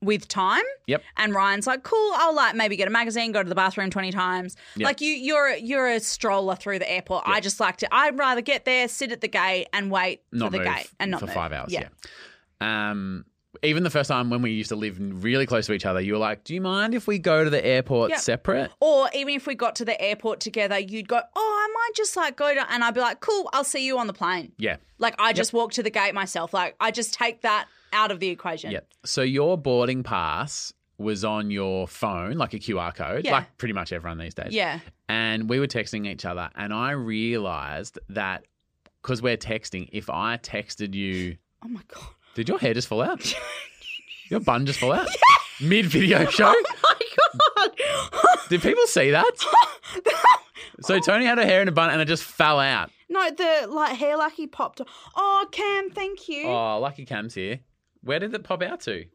[SPEAKER 2] with time.
[SPEAKER 1] Yep.
[SPEAKER 2] And Ryan's like, cool, I'll like maybe get a magazine, go to the bathroom twenty times.
[SPEAKER 1] Yeah.
[SPEAKER 2] Like you you're you're a stroller through the airport. I just like to I'd rather get there, sit at the gate and wait
[SPEAKER 1] Not
[SPEAKER 2] for the
[SPEAKER 1] move
[SPEAKER 2] gate and not
[SPEAKER 1] for
[SPEAKER 2] move.
[SPEAKER 1] five hours. Yeah. Um. Even the first time when we used to live really close to each other, you were like, "Do you mind if we go to the airport
[SPEAKER 2] Yep.
[SPEAKER 1] separate?"
[SPEAKER 2] Or even if we got to the airport together, you'd go, Oh, I might just like go to and I'd be like, Cool, I'll see you on the plane.
[SPEAKER 1] Yeah.
[SPEAKER 2] Like I just walk to the gate myself. Like I just take that out of the equation.
[SPEAKER 1] Yeah. So your boarding pass was on your phone, like a QR code,
[SPEAKER 2] Yeah.
[SPEAKER 1] like pretty much everyone these days.
[SPEAKER 2] Yeah.
[SPEAKER 1] and we were texting each other and i realized that because we're texting if i texted you
[SPEAKER 2] Oh my god.
[SPEAKER 1] did your hair just fall out your bun just fall out mid video show
[SPEAKER 2] Oh my god.
[SPEAKER 1] did people see that so tony had her hair in a bun and it just fell out
[SPEAKER 2] no, the like hair lucky popped. Oh, Cam, thank you.
[SPEAKER 1] oh lucky cam's here where did it pop out to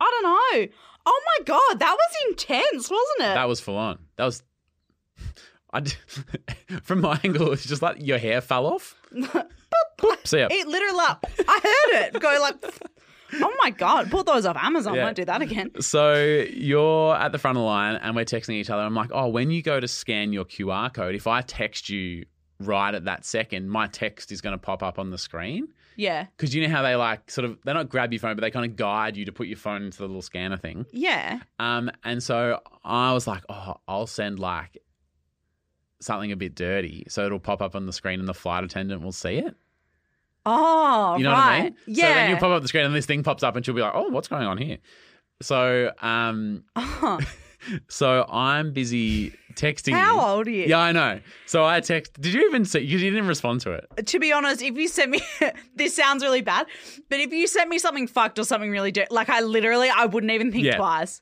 [SPEAKER 2] I don't know. Oh my god, that was intense, wasn't it?
[SPEAKER 1] that was full on that was I, d- from my angle it's just like your hair fell off Boop, see ya.
[SPEAKER 2] it literally up. I heard it go like Oh my god, bought those off Amazon.
[SPEAKER 1] Yeah.
[SPEAKER 2] Won't do that again.
[SPEAKER 1] So you're at the front of the line and we're texting each other. I'm like, oh, when you go to scan your QR code, if I text you right at that second, my text is going to pop up on the screen.
[SPEAKER 2] Yeah.
[SPEAKER 1] Because you know how they like sort of, they don't grab your phone, but they kind of guide you to put your phone into the little scanner thing.
[SPEAKER 2] Yeah.
[SPEAKER 1] Um, and so I was like, oh, I'll send like something a bit dirty. So it'll pop up on the screen and the flight attendant will see it.
[SPEAKER 2] Oh,
[SPEAKER 1] You know
[SPEAKER 2] right.
[SPEAKER 1] what I mean?
[SPEAKER 2] Yeah.
[SPEAKER 1] So then you pop up the screen and this thing pops up and she'll be like, oh, what's going on here? So um,
[SPEAKER 2] Uh-huh.
[SPEAKER 1] So I'm busy texting. you.
[SPEAKER 2] How old are you?
[SPEAKER 1] Yeah, I know. So I text. Did you even see? Because you didn't respond to it.
[SPEAKER 2] to be honest, if you sent me, this sounds really bad, but if you sent me something fucked or something really dirty, like I literally, I wouldn't even think
[SPEAKER 1] Yeah.
[SPEAKER 2] twice.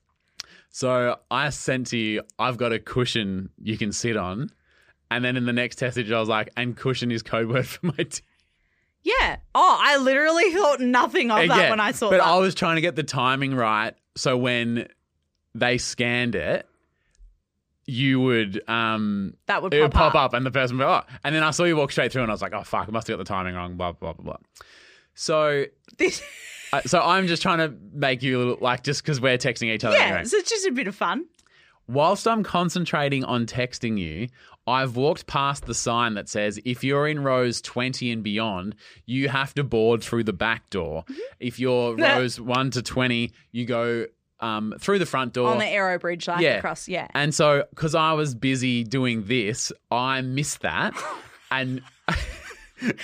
[SPEAKER 1] So I sent to you. I've got a cushion you can sit on. And then in the next message, I was like, "And cushion is code word for my." T-.
[SPEAKER 2] Yeah. Oh, I literally thought nothing of that
[SPEAKER 1] Yeah,
[SPEAKER 2] when I saw
[SPEAKER 1] But
[SPEAKER 2] that.
[SPEAKER 1] I was trying to get the timing right, so when they scanned it, you would um,
[SPEAKER 2] that would
[SPEAKER 1] it would
[SPEAKER 2] pop,
[SPEAKER 1] pop up. and the person would be, oh. And then I saw you walk straight through and I was like, oh, fuck, I must have got the timing wrong, blah, blah, blah, blah. So,
[SPEAKER 2] This-
[SPEAKER 1] uh, so I'm just trying to make you a little, like, just because we're texting each other.
[SPEAKER 2] Yeah,
[SPEAKER 1] anyway.
[SPEAKER 2] so it's just a bit of fun.
[SPEAKER 1] Whilst I'm concentrating on texting you, I've walked past the sign that says, if you're in rows 20 and beyond, you have to board through the back door.
[SPEAKER 2] Mm-hmm.
[SPEAKER 1] If you're
[SPEAKER 2] Yeah.
[SPEAKER 1] rows 1 to 20, you go um, through the front door.
[SPEAKER 2] on the Aero Bridge, like
[SPEAKER 1] Yeah.
[SPEAKER 2] across, yeah.
[SPEAKER 1] And so, because I was busy doing this, I missed that. and.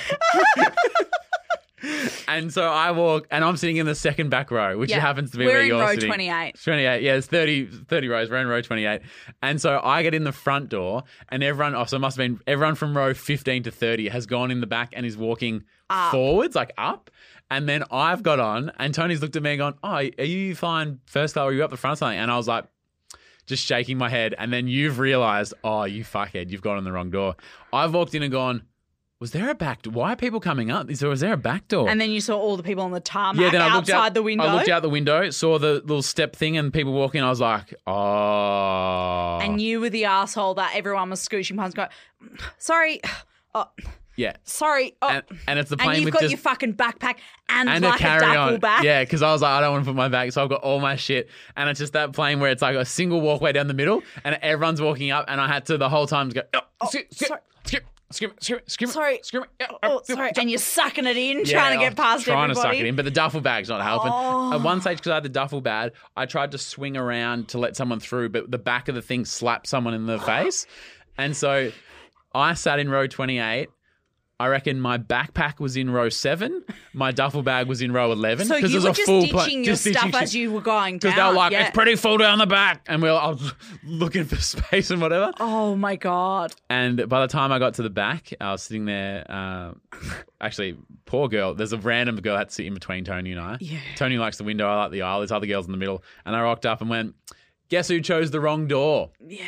[SPEAKER 1] And so I walk, and I'm sitting in the second back row, which
[SPEAKER 2] Yeah.
[SPEAKER 1] happens to be
[SPEAKER 2] We're
[SPEAKER 1] where
[SPEAKER 2] in
[SPEAKER 1] you're
[SPEAKER 2] row
[SPEAKER 1] sitting.
[SPEAKER 2] 28.
[SPEAKER 1] 28. Yeah, it's 30, 30 rows. We're in row 28. And so I get in the front door, and everyone, oh, so it must have been everyone from row 15 to 30 has gone in the back and is walking forwards, like up. And then I've got on, and Tony's looked at me and gone, Oh, are you flying first class? Or are you up the front or something? And I was like, just shaking my head. And then you've realized, oh, you fuckhead, you've gone in the wrong door. I've walked in and gone, was there a back door? Why are people coming up? Is there, was there a back door?
[SPEAKER 2] And then you saw all the people on the tarmac outside
[SPEAKER 1] out,
[SPEAKER 2] the window.
[SPEAKER 1] I looked out the window, saw the little step thing and people walking. I was like, oh.
[SPEAKER 2] And you were the asshole that everyone was scooching past going, sorry, oh,
[SPEAKER 1] yeah.
[SPEAKER 2] sorry. Oh.
[SPEAKER 1] And,
[SPEAKER 2] And,
[SPEAKER 1] and it's the plane
[SPEAKER 2] you've
[SPEAKER 1] with
[SPEAKER 2] got
[SPEAKER 1] just,
[SPEAKER 2] your fucking backpack and,
[SPEAKER 1] and
[SPEAKER 2] like
[SPEAKER 1] a
[SPEAKER 2] a,
[SPEAKER 1] carry
[SPEAKER 2] duffel
[SPEAKER 1] on.
[SPEAKER 2] bag.
[SPEAKER 1] Yeah, because I was like, I don't want to put my bag, so I've got all my shit, and it's just that plane where it's like a single walkway down the middle, and everyone's walking up, and I had to the whole time go, oh, skip, skip,
[SPEAKER 2] sorry.
[SPEAKER 1] skip, skip, skip, skip,
[SPEAKER 2] Sorry.
[SPEAKER 1] skip, yeah,
[SPEAKER 2] Oh,
[SPEAKER 1] skip,
[SPEAKER 2] sorry. And you're sucking it in,
[SPEAKER 1] yeah,
[SPEAKER 2] trying to
[SPEAKER 1] I
[SPEAKER 2] get
[SPEAKER 1] was
[SPEAKER 2] past
[SPEAKER 1] trying
[SPEAKER 2] everybody. Oh.
[SPEAKER 1] to suck it in, but the duffel bag's not helping. At one stage, because I had the duffel bag, I tried to swing around to let someone through, but the back of the thing slapped someone in the face, and so I sat in row twenty-eight. I reckon my backpack was in row seven, my duffel bag was in row eleven
[SPEAKER 2] So
[SPEAKER 1] because it
[SPEAKER 2] you
[SPEAKER 1] was
[SPEAKER 2] were
[SPEAKER 1] a
[SPEAKER 2] just
[SPEAKER 1] full
[SPEAKER 2] ditching
[SPEAKER 1] pla-
[SPEAKER 2] your
[SPEAKER 1] just
[SPEAKER 2] stuff
[SPEAKER 1] ditching
[SPEAKER 2] as you were going down.
[SPEAKER 1] because they were like,
[SPEAKER 2] yeah.
[SPEAKER 1] it's pretty full down the back. And we were I was looking for space and whatever.
[SPEAKER 2] Oh my god!
[SPEAKER 1] And by the time I got to the back, I was sitting there. Uh, actually, poor girl. There's a random girl that's sitting between Tony and I.
[SPEAKER 2] Yeah.
[SPEAKER 1] Tony likes the window. I like the aisle. There's other girls in the middle. And I rocked up and went, guess who chose the wrong door? Yeah.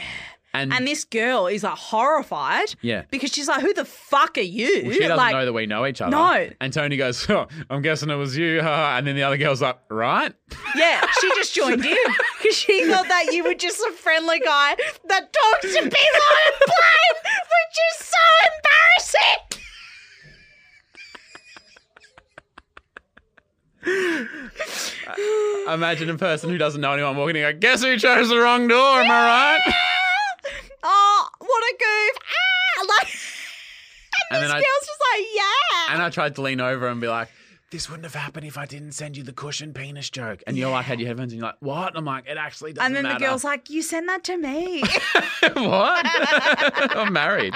[SPEAKER 1] And,
[SPEAKER 2] And this girl is like horrified.
[SPEAKER 1] Yeah.
[SPEAKER 2] Because she's like, "Who the fuck are you?"
[SPEAKER 1] she doesn't
[SPEAKER 2] like,
[SPEAKER 1] know that we know each other.
[SPEAKER 2] No.
[SPEAKER 1] And Tony goes, "Huh, I'm guessing it was you. huh?" And then the other girl's like, right?
[SPEAKER 2] yeah, she just joined in because she thought that you were just a friendly guy that talks to people on a plane, which is so embarrassing.
[SPEAKER 1] Imagine a person who doesn't know anyone walking in and go, guess who chose the wrong door? Am I right?
[SPEAKER 2] Oh, what a goof! Ah, like
[SPEAKER 1] And then
[SPEAKER 2] this
[SPEAKER 1] I,
[SPEAKER 2] girl's just like, yeah.
[SPEAKER 1] and I tried to lean over and be like, this wouldn't have happened if I didn't send you the cushion penis joke. And you're like, had your headphones, and you're like, what? And I'm like, it actually doesn't
[SPEAKER 2] And then
[SPEAKER 1] matter.
[SPEAKER 2] the girl's like, "You send that to me."
[SPEAKER 1] what? I'm married.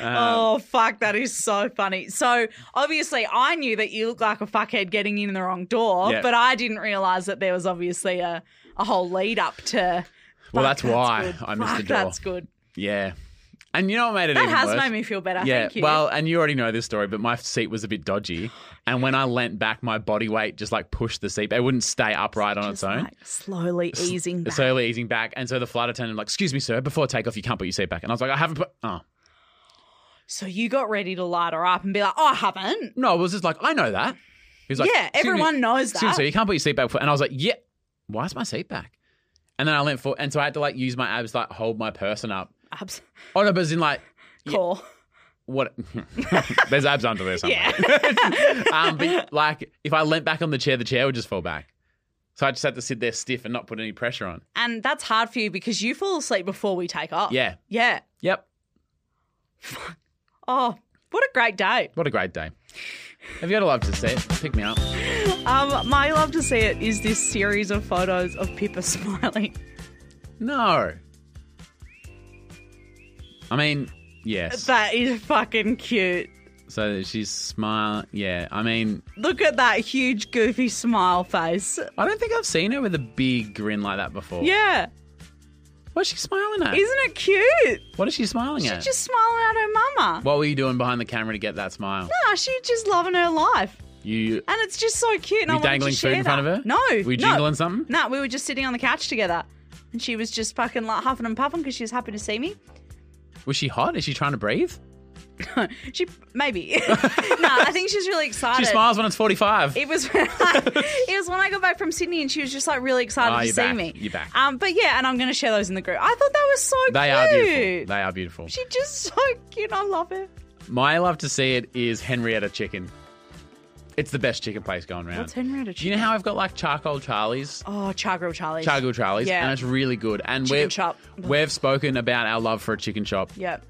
[SPEAKER 1] Um,
[SPEAKER 2] oh fuck, that is so funny. So obviously, I knew that you looked like a fuckhead getting in the wrong door,
[SPEAKER 1] Yeah.
[SPEAKER 2] but I didn't realize that there was obviously a, a whole lead up to.
[SPEAKER 1] Well,
[SPEAKER 2] Fuck,
[SPEAKER 1] that's why
[SPEAKER 2] good.
[SPEAKER 1] I missed
[SPEAKER 2] Fuck,
[SPEAKER 1] the door.
[SPEAKER 2] That's good.
[SPEAKER 1] Yeah. And you know what made it
[SPEAKER 2] That
[SPEAKER 1] even
[SPEAKER 2] has
[SPEAKER 1] worse?
[SPEAKER 2] made me feel better.
[SPEAKER 1] yeah,
[SPEAKER 2] Thank you.
[SPEAKER 1] well, and you already know this story, but my seat was a bit dodgy, and when I leant back, my body weight just like pushed the seat. It wouldn't stay upright on its
[SPEAKER 2] Just,
[SPEAKER 1] own.
[SPEAKER 2] like, slowly easing back.
[SPEAKER 1] slowly easing back, and so the flight attendant like, "Excuse me, sir, before takeoff, you can't put your seat back." And I was like, "I haven't put." Oh
[SPEAKER 2] So you got ready to light her up and be like, "Oh, I haven't."
[SPEAKER 1] no, I was just like, "I know that." He was like,
[SPEAKER 2] yeah,
[SPEAKER 1] "Excuse me-
[SPEAKER 2] everyone knows
[SPEAKER 1] Excuse me,
[SPEAKER 2] that.
[SPEAKER 1] sir, you can't put your seat back. Before. And I was like, yeah, why is my seat back? And then I leant forward, and so I had to like use my abs, to, like hold my person up.
[SPEAKER 2] Abs-
[SPEAKER 1] Oh no, but as in like
[SPEAKER 2] Cool.
[SPEAKER 1] what? There's abs under there somewhere. um, but like if I leant back on the chair, the chair would just fall back. So I just had to sit there stiff and not put any pressure on.
[SPEAKER 2] And that's hard for you because you fall asleep before we take off.
[SPEAKER 1] Yeah.
[SPEAKER 2] Yeah.
[SPEAKER 1] Yep.
[SPEAKER 2] Oh, what a great day.
[SPEAKER 1] What a great day. Have you got a love to see it? Pick me up.
[SPEAKER 2] Um, my love to see it is this series of photos of Pippa smiling.
[SPEAKER 1] No. I mean, yes.
[SPEAKER 2] That is fucking cute.
[SPEAKER 1] So she's smiling. Yeah. I mean,
[SPEAKER 2] Look at that huge goofy smile face.
[SPEAKER 1] I don't think I've seen her with a big grin like that before.
[SPEAKER 2] Yeah.
[SPEAKER 1] What's she smiling at?
[SPEAKER 2] Isn't it cute?
[SPEAKER 1] what is she smiling
[SPEAKER 2] She's
[SPEAKER 1] at?
[SPEAKER 2] just smiling at her mama.
[SPEAKER 1] what were you doing behind the camera to get that smile?
[SPEAKER 2] Nah, she's just loving her life.
[SPEAKER 1] You
[SPEAKER 2] And it's just so cute. And
[SPEAKER 1] were
[SPEAKER 2] I
[SPEAKER 1] you
[SPEAKER 2] wanted to
[SPEAKER 1] dangling food
[SPEAKER 2] share
[SPEAKER 1] in front of
[SPEAKER 2] that.
[SPEAKER 1] her?
[SPEAKER 2] No.
[SPEAKER 1] Were you
[SPEAKER 2] no.
[SPEAKER 1] jingling something?
[SPEAKER 2] No, we were just sitting on the couch together. And she was just fucking like huffing and puffing because she was happy to see me.
[SPEAKER 1] Was she hot? Is she trying to breathe?
[SPEAKER 2] She maybe. no, I think she's really excited.
[SPEAKER 1] She smiles when it's 45.
[SPEAKER 2] It was when I, it was when I got back from Sydney, and she was just like really excited
[SPEAKER 1] Ah,
[SPEAKER 2] to
[SPEAKER 1] you're
[SPEAKER 2] see
[SPEAKER 1] back.
[SPEAKER 2] me.
[SPEAKER 1] You're back.
[SPEAKER 2] Um, but yeah, and I'm going to share those in the group. I thought that was so cute.
[SPEAKER 1] they are beautiful. They are beautiful.
[SPEAKER 2] She's just so cute. I love it.
[SPEAKER 1] My love to see it is Henrietta Chicken. It's the best chicken place going round.
[SPEAKER 2] What's Henrietta?
[SPEAKER 1] Do you know how I've got like charcoal charlies?
[SPEAKER 2] Oh, Char Grill Charlie's.
[SPEAKER 1] Charcoal charlies.
[SPEAKER 2] Yeah.
[SPEAKER 1] And it's really good. And
[SPEAKER 2] Chicken
[SPEAKER 1] we've,
[SPEAKER 2] chop.
[SPEAKER 1] we've spoken about our love for a chicken chop.
[SPEAKER 2] Yep.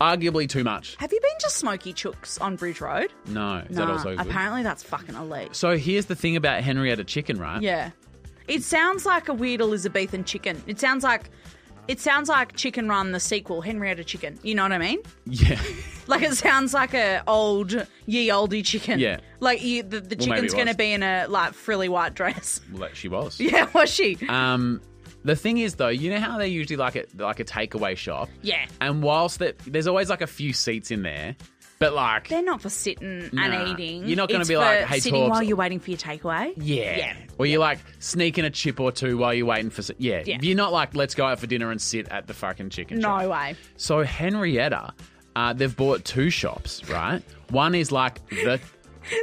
[SPEAKER 1] Arguably too much.
[SPEAKER 2] Have you been to Smoky Chooks on Bridge Road?
[SPEAKER 1] No. Is that
[SPEAKER 2] Nah,
[SPEAKER 1] also good?
[SPEAKER 2] apparently that's fucking elite.
[SPEAKER 1] So here's the thing about Henrietta Chicken, right?
[SPEAKER 2] Yeah. It sounds like a weird Elizabethan chicken. It sounds like It sounds like Chicken Run, the sequel, Henrietta Chicken. You know what I mean?
[SPEAKER 1] Yeah.
[SPEAKER 2] Like it sounds like a old ye olde chicken.
[SPEAKER 1] Yeah.
[SPEAKER 2] Like you, the, the
[SPEAKER 1] maybe
[SPEAKER 2] chicken's
[SPEAKER 1] it
[SPEAKER 2] going to
[SPEAKER 1] was.
[SPEAKER 2] be in a like frilly white dress.
[SPEAKER 1] Well, that she was.
[SPEAKER 2] yeah, was she?
[SPEAKER 1] Um, the thing is, though, you know how they usually like it like a takeaway shop.
[SPEAKER 2] Yeah.
[SPEAKER 1] And whilst that, there's always like a few seats in there, but like,
[SPEAKER 2] They're not for sitting
[SPEAKER 1] Nah.
[SPEAKER 2] and eating.
[SPEAKER 1] You're not gonna
[SPEAKER 2] It's
[SPEAKER 1] be
[SPEAKER 2] for
[SPEAKER 1] like, "Hey,
[SPEAKER 2] sitting
[SPEAKER 1] Torbs."
[SPEAKER 2] while you're waiting for your takeaway.
[SPEAKER 1] yeah. Or you like sneak in a chip or two while you're waiting for. s- Yeah.
[SPEAKER 2] Yeah.
[SPEAKER 1] You're not like, let's go out for dinner and sit at the fucking chicken shop.
[SPEAKER 2] No way.
[SPEAKER 1] So Henrietta, uh, they've bought two shops, right? One is like the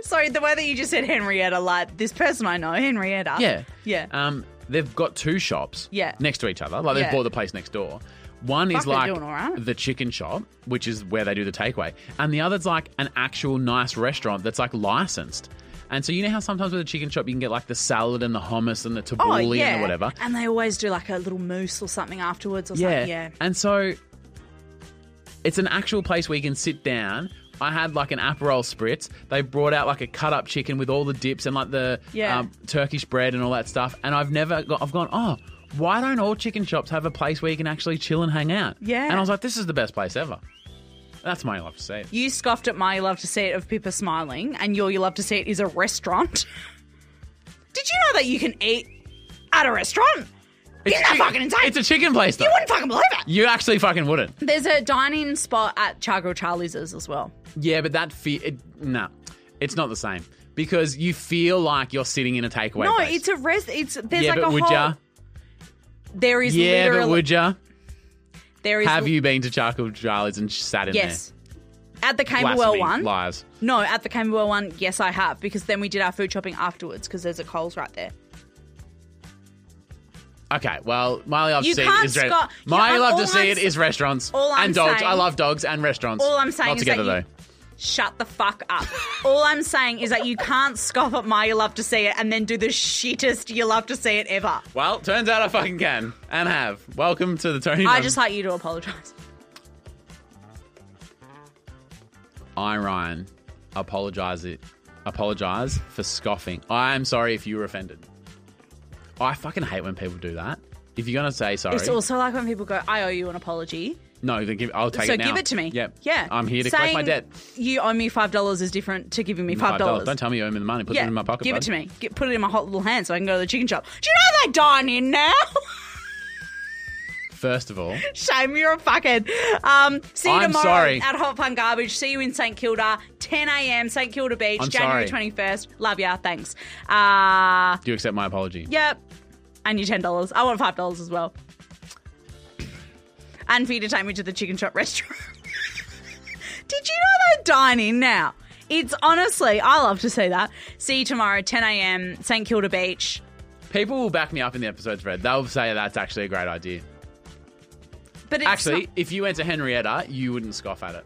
[SPEAKER 2] Sorry, the way that you just said Henrietta, like this person I know, Henrietta.
[SPEAKER 1] yeah
[SPEAKER 2] Yeah.
[SPEAKER 1] Um, they've got two shops
[SPEAKER 2] Yeah.
[SPEAKER 1] next to each other. Like they've
[SPEAKER 2] Yeah.
[SPEAKER 1] bought the place next door. One
[SPEAKER 2] Fuck,
[SPEAKER 1] is
[SPEAKER 2] they're
[SPEAKER 1] like
[SPEAKER 2] doing all right.
[SPEAKER 1] the chicken shop, which is where they do the takeaway, and the other's like an actual nice restaurant that's like licensed. And so you know how sometimes with a chicken shop you can get like the salad and the hummus and the
[SPEAKER 2] oh,
[SPEAKER 1] tabbouleh
[SPEAKER 2] yeah.
[SPEAKER 1] and the whatever.
[SPEAKER 2] And they always do like a little mousse or something afterwards or something. Yeah.
[SPEAKER 1] And so it's an actual place where you can sit down. I had like an Aperol spritz. They brought out like a cut up chicken with all the dips and like the
[SPEAKER 2] Yeah.
[SPEAKER 1] um, Turkish bread and all that stuff. And I've never, got, I've gone, oh, why don't all chicken shops have a place where you can actually chill and hang out?
[SPEAKER 2] Yeah.
[SPEAKER 1] And I was like, this is the best place ever. That's my life to say. it.
[SPEAKER 2] You scoffed at my you love to see it of Pippa smiling, and your you love to see it is a restaurant. Did you know that you can eat at a restaurant? Isn't that
[SPEAKER 1] chi-
[SPEAKER 2] fucking insane?
[SPEAKER 1] It's a chicken place though.
[SPEAKER 2] you wouldn't fucking believe it.
[SPEAKER 1] You actually fucking wouldn't.
[SPEAKER 2] There's a dining spot at Chargrill Charlie's as well.
[SPEAKER 1] Yeah, but that feel, it, nah, it's not the same because you feel like you're sitting in a takeaway.
[SPEAKER 2] no,
[SPEAKER 1] place.
[SPEAKER 2] it's a res. It's there's
[SPEAKER 1] yeah,
[SPEAKER 2] like
[SPEAKER 1] but
[SPEAKER 2] a
[SPEAKER 1] would
[SPEAKER 2] whole.
[SPEAKER 1] ya?
[SPEAKER 2] There is
[SPEAKER 1] Yeah,
[SPEAKER 2] literally
[SPEAKER 1] but would ya?
[SPEAKER 2] there is
[SPEAKER 1] Have you been to Charcoal Charlie's and sat in
[SPEAKER 2] yes at the
[SPEAKER 1] there?
[SPEAKER 2] Camberwell
[SPEAKER 1] Blasphemy.
[SPEAKER 2] one.
[SPEAKER 1] Lies.
[SPEAKER 2] No, at the Camberwell one, yes, I have because then we did our food shopping afterwards because there's a Coles right there.
[SPEAKER 1] Okay, well, Miley loves
[SPEAKER 2] You
[SPEAKER 1] to see it
[SPEAKER 2] can't
[SPEAKER 1] is re-
[SPEAKER 2] sco- you-
[SPEAKER 1] Miley
[SPEAKER 2] I'm-
[SPEAKER 1] loves
[SPEAKER 2] all
[SPEAKER 1] to see
[SPEAKER 2] I'm
[SPEAKER 1] it
[SPEAKER 2] s-
[SPEAKER 1] is restaurants
[SPEAKER 2] all I'm
[SPEAKER 1] and dogs.
[SPEAKER 2] saying-
[SPEAKER 1] I love dogs and restaurants.
[SPEAKER 2] All I'm saying
[SPEAKER 1] Not
[SPEAKER 2] is
[SPEAKER 1] together
[SPEAKER 2] that you-
[SPEAKER 1] though.
[SPEAKER 2] Shut the fuck up. All I'm saying is that you can't scoff at my you love to see it and then do the shittest you love to see it ever.
[SPEAKER 1] Well, turns out I fucking can and have. Welcome to the Tony.
[SPEAKER 2] I
[SPEAKER 1] Room.
[SPEAKER 2] just like you to apologise.
[SPEAKER 1] I Ryan apologize it. Apologize for scoffing. I am sorry if you were offended. I fucking hate when people do that. If you're gonna say sorry,
[SPEAKER 2] It's also like when people go, I owe you an apology.
[SPEAKER 1] no, then give, I'll take
[SPEAKER 2] so
[SPEAKER 1] it now.
[SPEAKER 2] give it to me.
[SPEAKER 1] Yep.
[SPEAKER 2] Yeah.
[SPEAKER 1] I'm here to
[SPEAKER 2] Saying
[SPEAKER 1] collect my debt.
[SPEAKER 2] You owe me five dollars is different to giving me
[SPEAKER 1] Five
[SPEAKER 2] five
[SPEAKER 1] dollars.
[SPEAKER 2] dollars.
[SPEAKER 1] Don't tell me you owe me the money. Put
[SPEAKER 2] yeah,
[SPEAKER 1] it in my pocket.
[SPEAKER 2] Give
[SPEAKER 1] bud.
[SPEAKER 2] it to me. Get, put it in my hot little hand so I can go to the chicken shop. Do you know they dine in now?
[SPEAKER 1] First of all,
[SPEAKER 2] Shame you're a fuckhead. Um, see you
[SPEAKER 1] I'm
[SPEAKER 2] tomorrow
[SPEAKER 1] sorry.
[SPEAKER 2] at Hot Fun Garbage. See you in St Kilda, 10 a.m. St Kilda Beach,
[SPEAKER 1] I'm
[SPEAKER 2] January
[SPEAKER 1] sorry.
[SPEAKER 2] 21st. Love ya. Thanks. Uh,
[SPEAKER 1] do you accept my apology?
[SPEAKER 2] yep. And your ten dollars. I want five dollars as well. And for you to take me to the chicken shop restaurant. Did you know they dine in now? It's honestly, I love to see that. See you tomorrow, 10 a.m. St Kilda Beach.
[SPEAKER 1] People will back me up in the episodes, Fred. They'll say that's actually a great idea.
[SPEAKER 2] But it's
[SPEAKER 1] actually,
[SPEAKER 2] not-
[SPEAKER 1] if you went to Henrietta, you wouldn't scoff at it.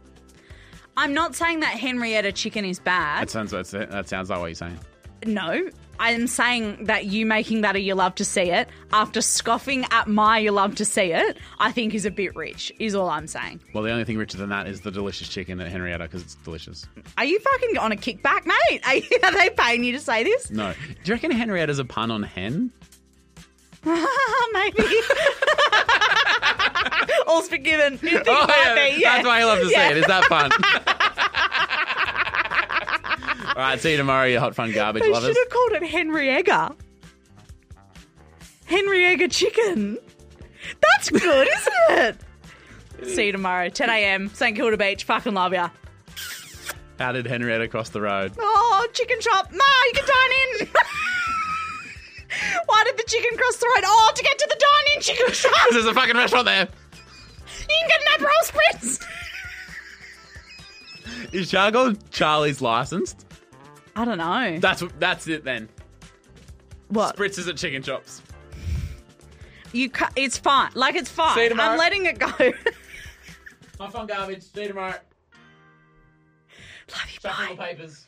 [SPEAKER 2] I'm not saying that Henrietta chicken is bad.
[SPEAKER 1] That sounds that's, that sounds like what you're saying.
[SPEAKER 2] No, I'm saying that you making that a you love to see it after scoffing at my you love to see it, I think is a bit rich, is all I'm saying.
[SPEAKER 1] Well, the only thing richer than that is the delicious chicken at Henrietta because it's delicious.
[SPEAKER 2] Are you fucking on a kickback, mate? Are, you, are they paying you to say this?
[SPEAKER 1] No, do you reckon Henrietta's a pun on hen?
[SPEAKER 2] Maybe. All's forgiven. You think it might be, Oh, yeah.
[SPEAKER 1] Oh, that's why I love to see
[SPEAKER 2] Yeah.
[SPEAKER 1] it. Is that fun? All right, see you tomorrow, you hot fun garbage
[SPEAKER 2] They
[SPEAKER 1] lovers.
[SPEAKER 2] should have called it Henry Egger. Henry Egger chicken. That's good, isn't it? See you tomorrow, 10 a.m. St Kilda Beach. Fucking love ya.
[SPEAKER 1] How did Henrietta cross the road?
[SPEAKER 2] Oh, chicken shop. Ma, you can dine in. Why did the chicken cross the road? Oh, to get to the dine in chicken shop.
[SPEAKER 1] There's a fucking restaurant there.
[SPEAKER 2] You can get an Aperol Spritz.
[SPEAKER 1] Is Charcoal Charlie's licensed?
[SPEAKER 2] I don't know.
[SPEAKER 1] That's that's it then.
[SPEAKER 2] What?
[SPEAKER 1] Spritzes at chicken shops.
[SPEAKER 2] You ca- it's fine. Like it's fine.
[SPEAKER 1] See you tomorrow.
[SPEAKER 2] I'm letting it go. Love you.
[SPEAKER 1] Hot fun garbage. See you tomorrow.
[SPEAKER 2] Bye.
[SPEAKER 1] papers.